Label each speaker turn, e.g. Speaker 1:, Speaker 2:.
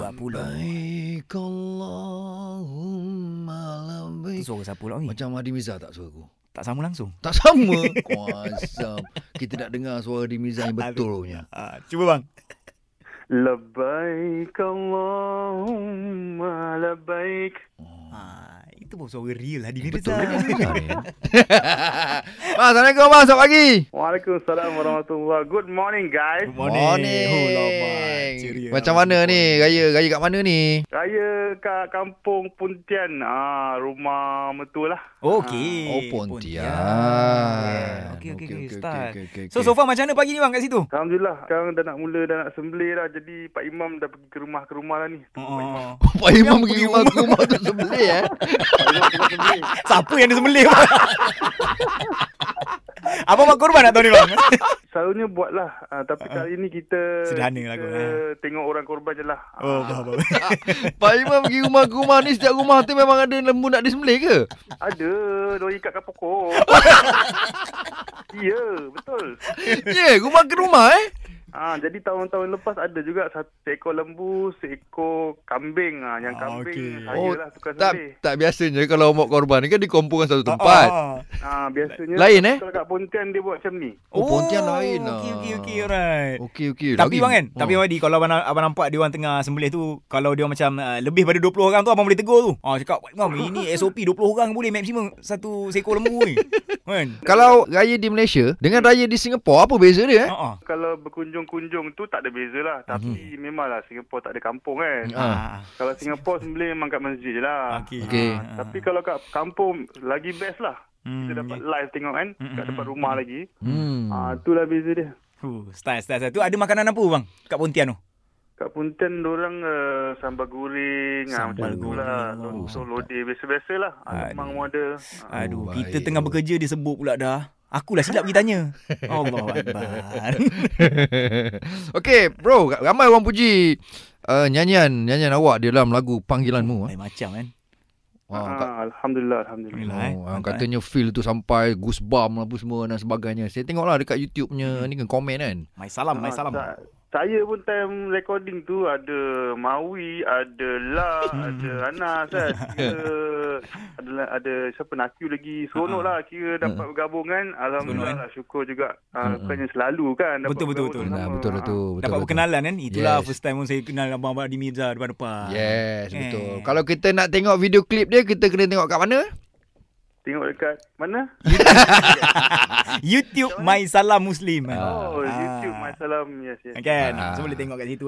Speaker 1: pulau.
Speaker 2: Baik Allahumma
Speaker 1: Itu
Speaker 2: labbaik.
Speaker 1: suara siapa pula ni?
Speaker 2: Macam Hadi Mizah tak suara aku?
Speaker 1: Tak sama langsung.
Speaker 2: Tak sama. Kuasam. Kita tak dengar suara Hadi Mizah yang betulnya.
Speaker 1: Ah, cuba bang.
Speaker 3: Labbaik Allahumma labbaik.
Speaker 1: Ah, itu pun suara real lah, Hadi
Speaker 2: Betul.
Speaker 1: Mirza.
Speaker 2: Bang, Assalamualaikum bang. Selamat pagi.
Speaker 3: Waalaikumsalam warahmatullahi Good morning guys.
Speaker 1: Good morning. Oh, lama. Ceria.
Speaker 2: Macam mana ni? Raya, raya kat mana ni?
Speaker 3: Saya kat kampung Puntian. Ah, rumah mertua lah.
Speaker 1: Okey.
Speaker 2: Oh, Pontian.
Speaker 1: Yeah. Okey, okey, Ah,
Speaker 2: Okey,
Speaker 1: okey,
Speaker 2: okey,
Speaker 1: Ustaz.
Speaker 2: okey, okey,
Speaker 1: So,
Speaker 2: okey.
Speaker 1: so far macam mana pagi ni bang kat situ?
Speaker 3: Ah, Alhamdulillah. Sekarang dah nak mula, dah nak sembelih dah. Jadi Pak Imam dah pergi ke rumah ke rumah lah ni.
Speaker 1: Oh.
Speaker 2: Pak Imam pergi rumah aku rumah tu sembelih eh.
Speaker 3: Pak Imam tengah sembelih.
Speaker 1: Siapa yang dia sembelih? bang? Apa buat korban nak tahu ni bang?
Speaker 3: Selalunya buat lah. Ah, tapi kali ni kita...
Speaker 1: Sederhana lah
Speaker 3: kita
Speaker 1: kot, eh.
Speaker 3: Tengok orang korban je lah.
Speaker 1: Oh,
Speaker 3: Ah,
Speaker 1: apa
Speaker 2: Pak Imam pergi rumah aku rumah ni setiap rumah tu memang ada lembu nak disembelih ke?
Speaker 3: Ada. Diorang ikat kat pokok. ya, betul.
Speaker 2: Ya, yeah, rumah ke rumah eh.
Speaker 3: Ah, jadi tahun-tahun lepas ada juga satu seekor lembu, seekor kambing ah. Yang
Speaker 1: Ah,
Speaker 3: kambing
Speaker 1: okey.
Speaker 3: saya
Speaker 2: Oh,
Speaker 3: lah suka
Speaker 2: Tak
Speaker 3: sembelih.
Speaker 2: tak biasanya kalau mak korban ni kan dikumpulkan satu tempat.
Speaker 3: Ah, biasanya
Speaker 2: Lain, eh?
Speaker 3: kalau kat Pontian dia buat macam ni.
Speaker 2: Oh, Pontian lain lah.
Speaker 1: Okey, okey, okey, alright.
Speaker 2: ah. Okey okey.
Speaker 1: Tapi
Speaker 2: lagi-
Speaker 1: bang kan,
Speaker 2: Ha.
Speaker 1: tapi Wadi kalau abang, abang nampak dia orang tengah sembelih tu, kalau dia orang macam uh, lebih pada 20 orang tu abang boleh tegur tu. Ah cakap, "Bang, ini SOP 20 orang boleh maksimum satu seekor lembu ni." kan?
Speaker 2: kalau raya di Malaysia dengan raya di Singapura apa beza dia eh?
Speaker 1: Ha ah.
Speaker 3: Kalau berkunjung-kunjung tu tak ada beza lah.
Speaker 2: Mhm.
Speaker 3: Tapi memanglah Singapura tak ada kampung kan.
Speaker 2: Ha.
Speaker 1: Ah.
Speaker 3: Kalau Singapura sembelih memang kat masjid je lah.
Speaker 1: Okey.
Speaker 2: Okey.
Speaker 1: Ah.
Speaker 3: Tapi kalau kat kampung lagi best lah.
Speaker 1: Hmm,
Speaker 3: Kita dapat live tengok kan. Kat depan rumah lagi.
Speaker 2: Hmm.
Speaker 3: Ah, itulah beza dia.
Speaker 1: Huh, style style satu. Ada makanan apa bang kat Pontian tu?
Speaker 3: Kat Punten orang uh, sambal goreng
Speaker 1: Sambal
Speaker 3: sambal macam tu
Speaker 1: goreng.
Speaker 3: lah.
Speaker 1: Oh,
Speaker 3: Lontong lodeh biasa-biasa lah.
Speaker 1: Aduh.
Speaker 3: Ah, Memang pun ada. Ah,
Speaker 1: Aduh,
Speaker 2: Oh,
Speaker 1: kita
Speaker 2: baik
Speaker 1: tengah
Speaker 2: tu.
Speaker 1: bekerja dia sebut pula dah. Akulah silap pergi tanya. Allahu akbar.
Speaker 2: okey, bro, ramai orang puji uh, nyanyian nyanyian awak di dalam lagu panggilanmu eh.
Speaker 1: Lain macam kan.
Speaker 2: Wah, kat,
Speaker 3: ah, Alhamdulillah, Alhamdulillah.
Speaker 1: Alhamdulillah, eh.
Speaker 2: oh, ah,
Speaker 1: Mantap, eh.
Speaker 2: katanya feel tu sampai goosebump lah apa semua dan sebagainya. Saya tengoklah dekat YouTube
Speaker 1: Hmm.
Speaker 2: punya ni kan komen kan.
Speaker 1: My salam, my
Speaker 3: Ah,
Speaker 1: salam.
Speaker 3: sa- Saya pun time recording tu ada Mawi, ada La, ada Anas kan. Kira ada, ada siapa Nakiu lagi. Seronok
Speaker 1: Ah,
Speaker 3: lah kira
Speaker 1: Hmm.
Speaker 3: dapat bergabung kan. Alhamdulillah lah syukur juga. Ah, Bukannya selalu kan. dapat
Speaker 1: eh? Betul, betul,
Speaker 3: bergabung
Speaker 1: betul.
Speaker 2: Nah,
Speaker 3: sama.
Speaker 2: betul lah
Speaker 3: Ah.
Speaker 2: tu. Betul.
Speaker 1: Dapat
Speaker 2: betul.
Speaker 1: berkenalan kan Itulah
Speaker 2: Yes.
Speaker 1: first time pun saya kenal Abang Abang Adi Mirza depan-depan
Speaker 2: Yes,
Speaker 1: Eh.
Speaker 2: betul. Kalau kita nak tengok video klip dia, kita kena tengok kat mana?
Speaker 3: Tengok dekat mana?
Speaker 1: YouTube My Salam Muslim Ah.
Speaker 3: Oh, YouTube. Masalam. Yes, yes.
Speaker 1: Kan
Speaker 2: Ah.
Speaker 1: So Kan? boleh tengok kat situ lah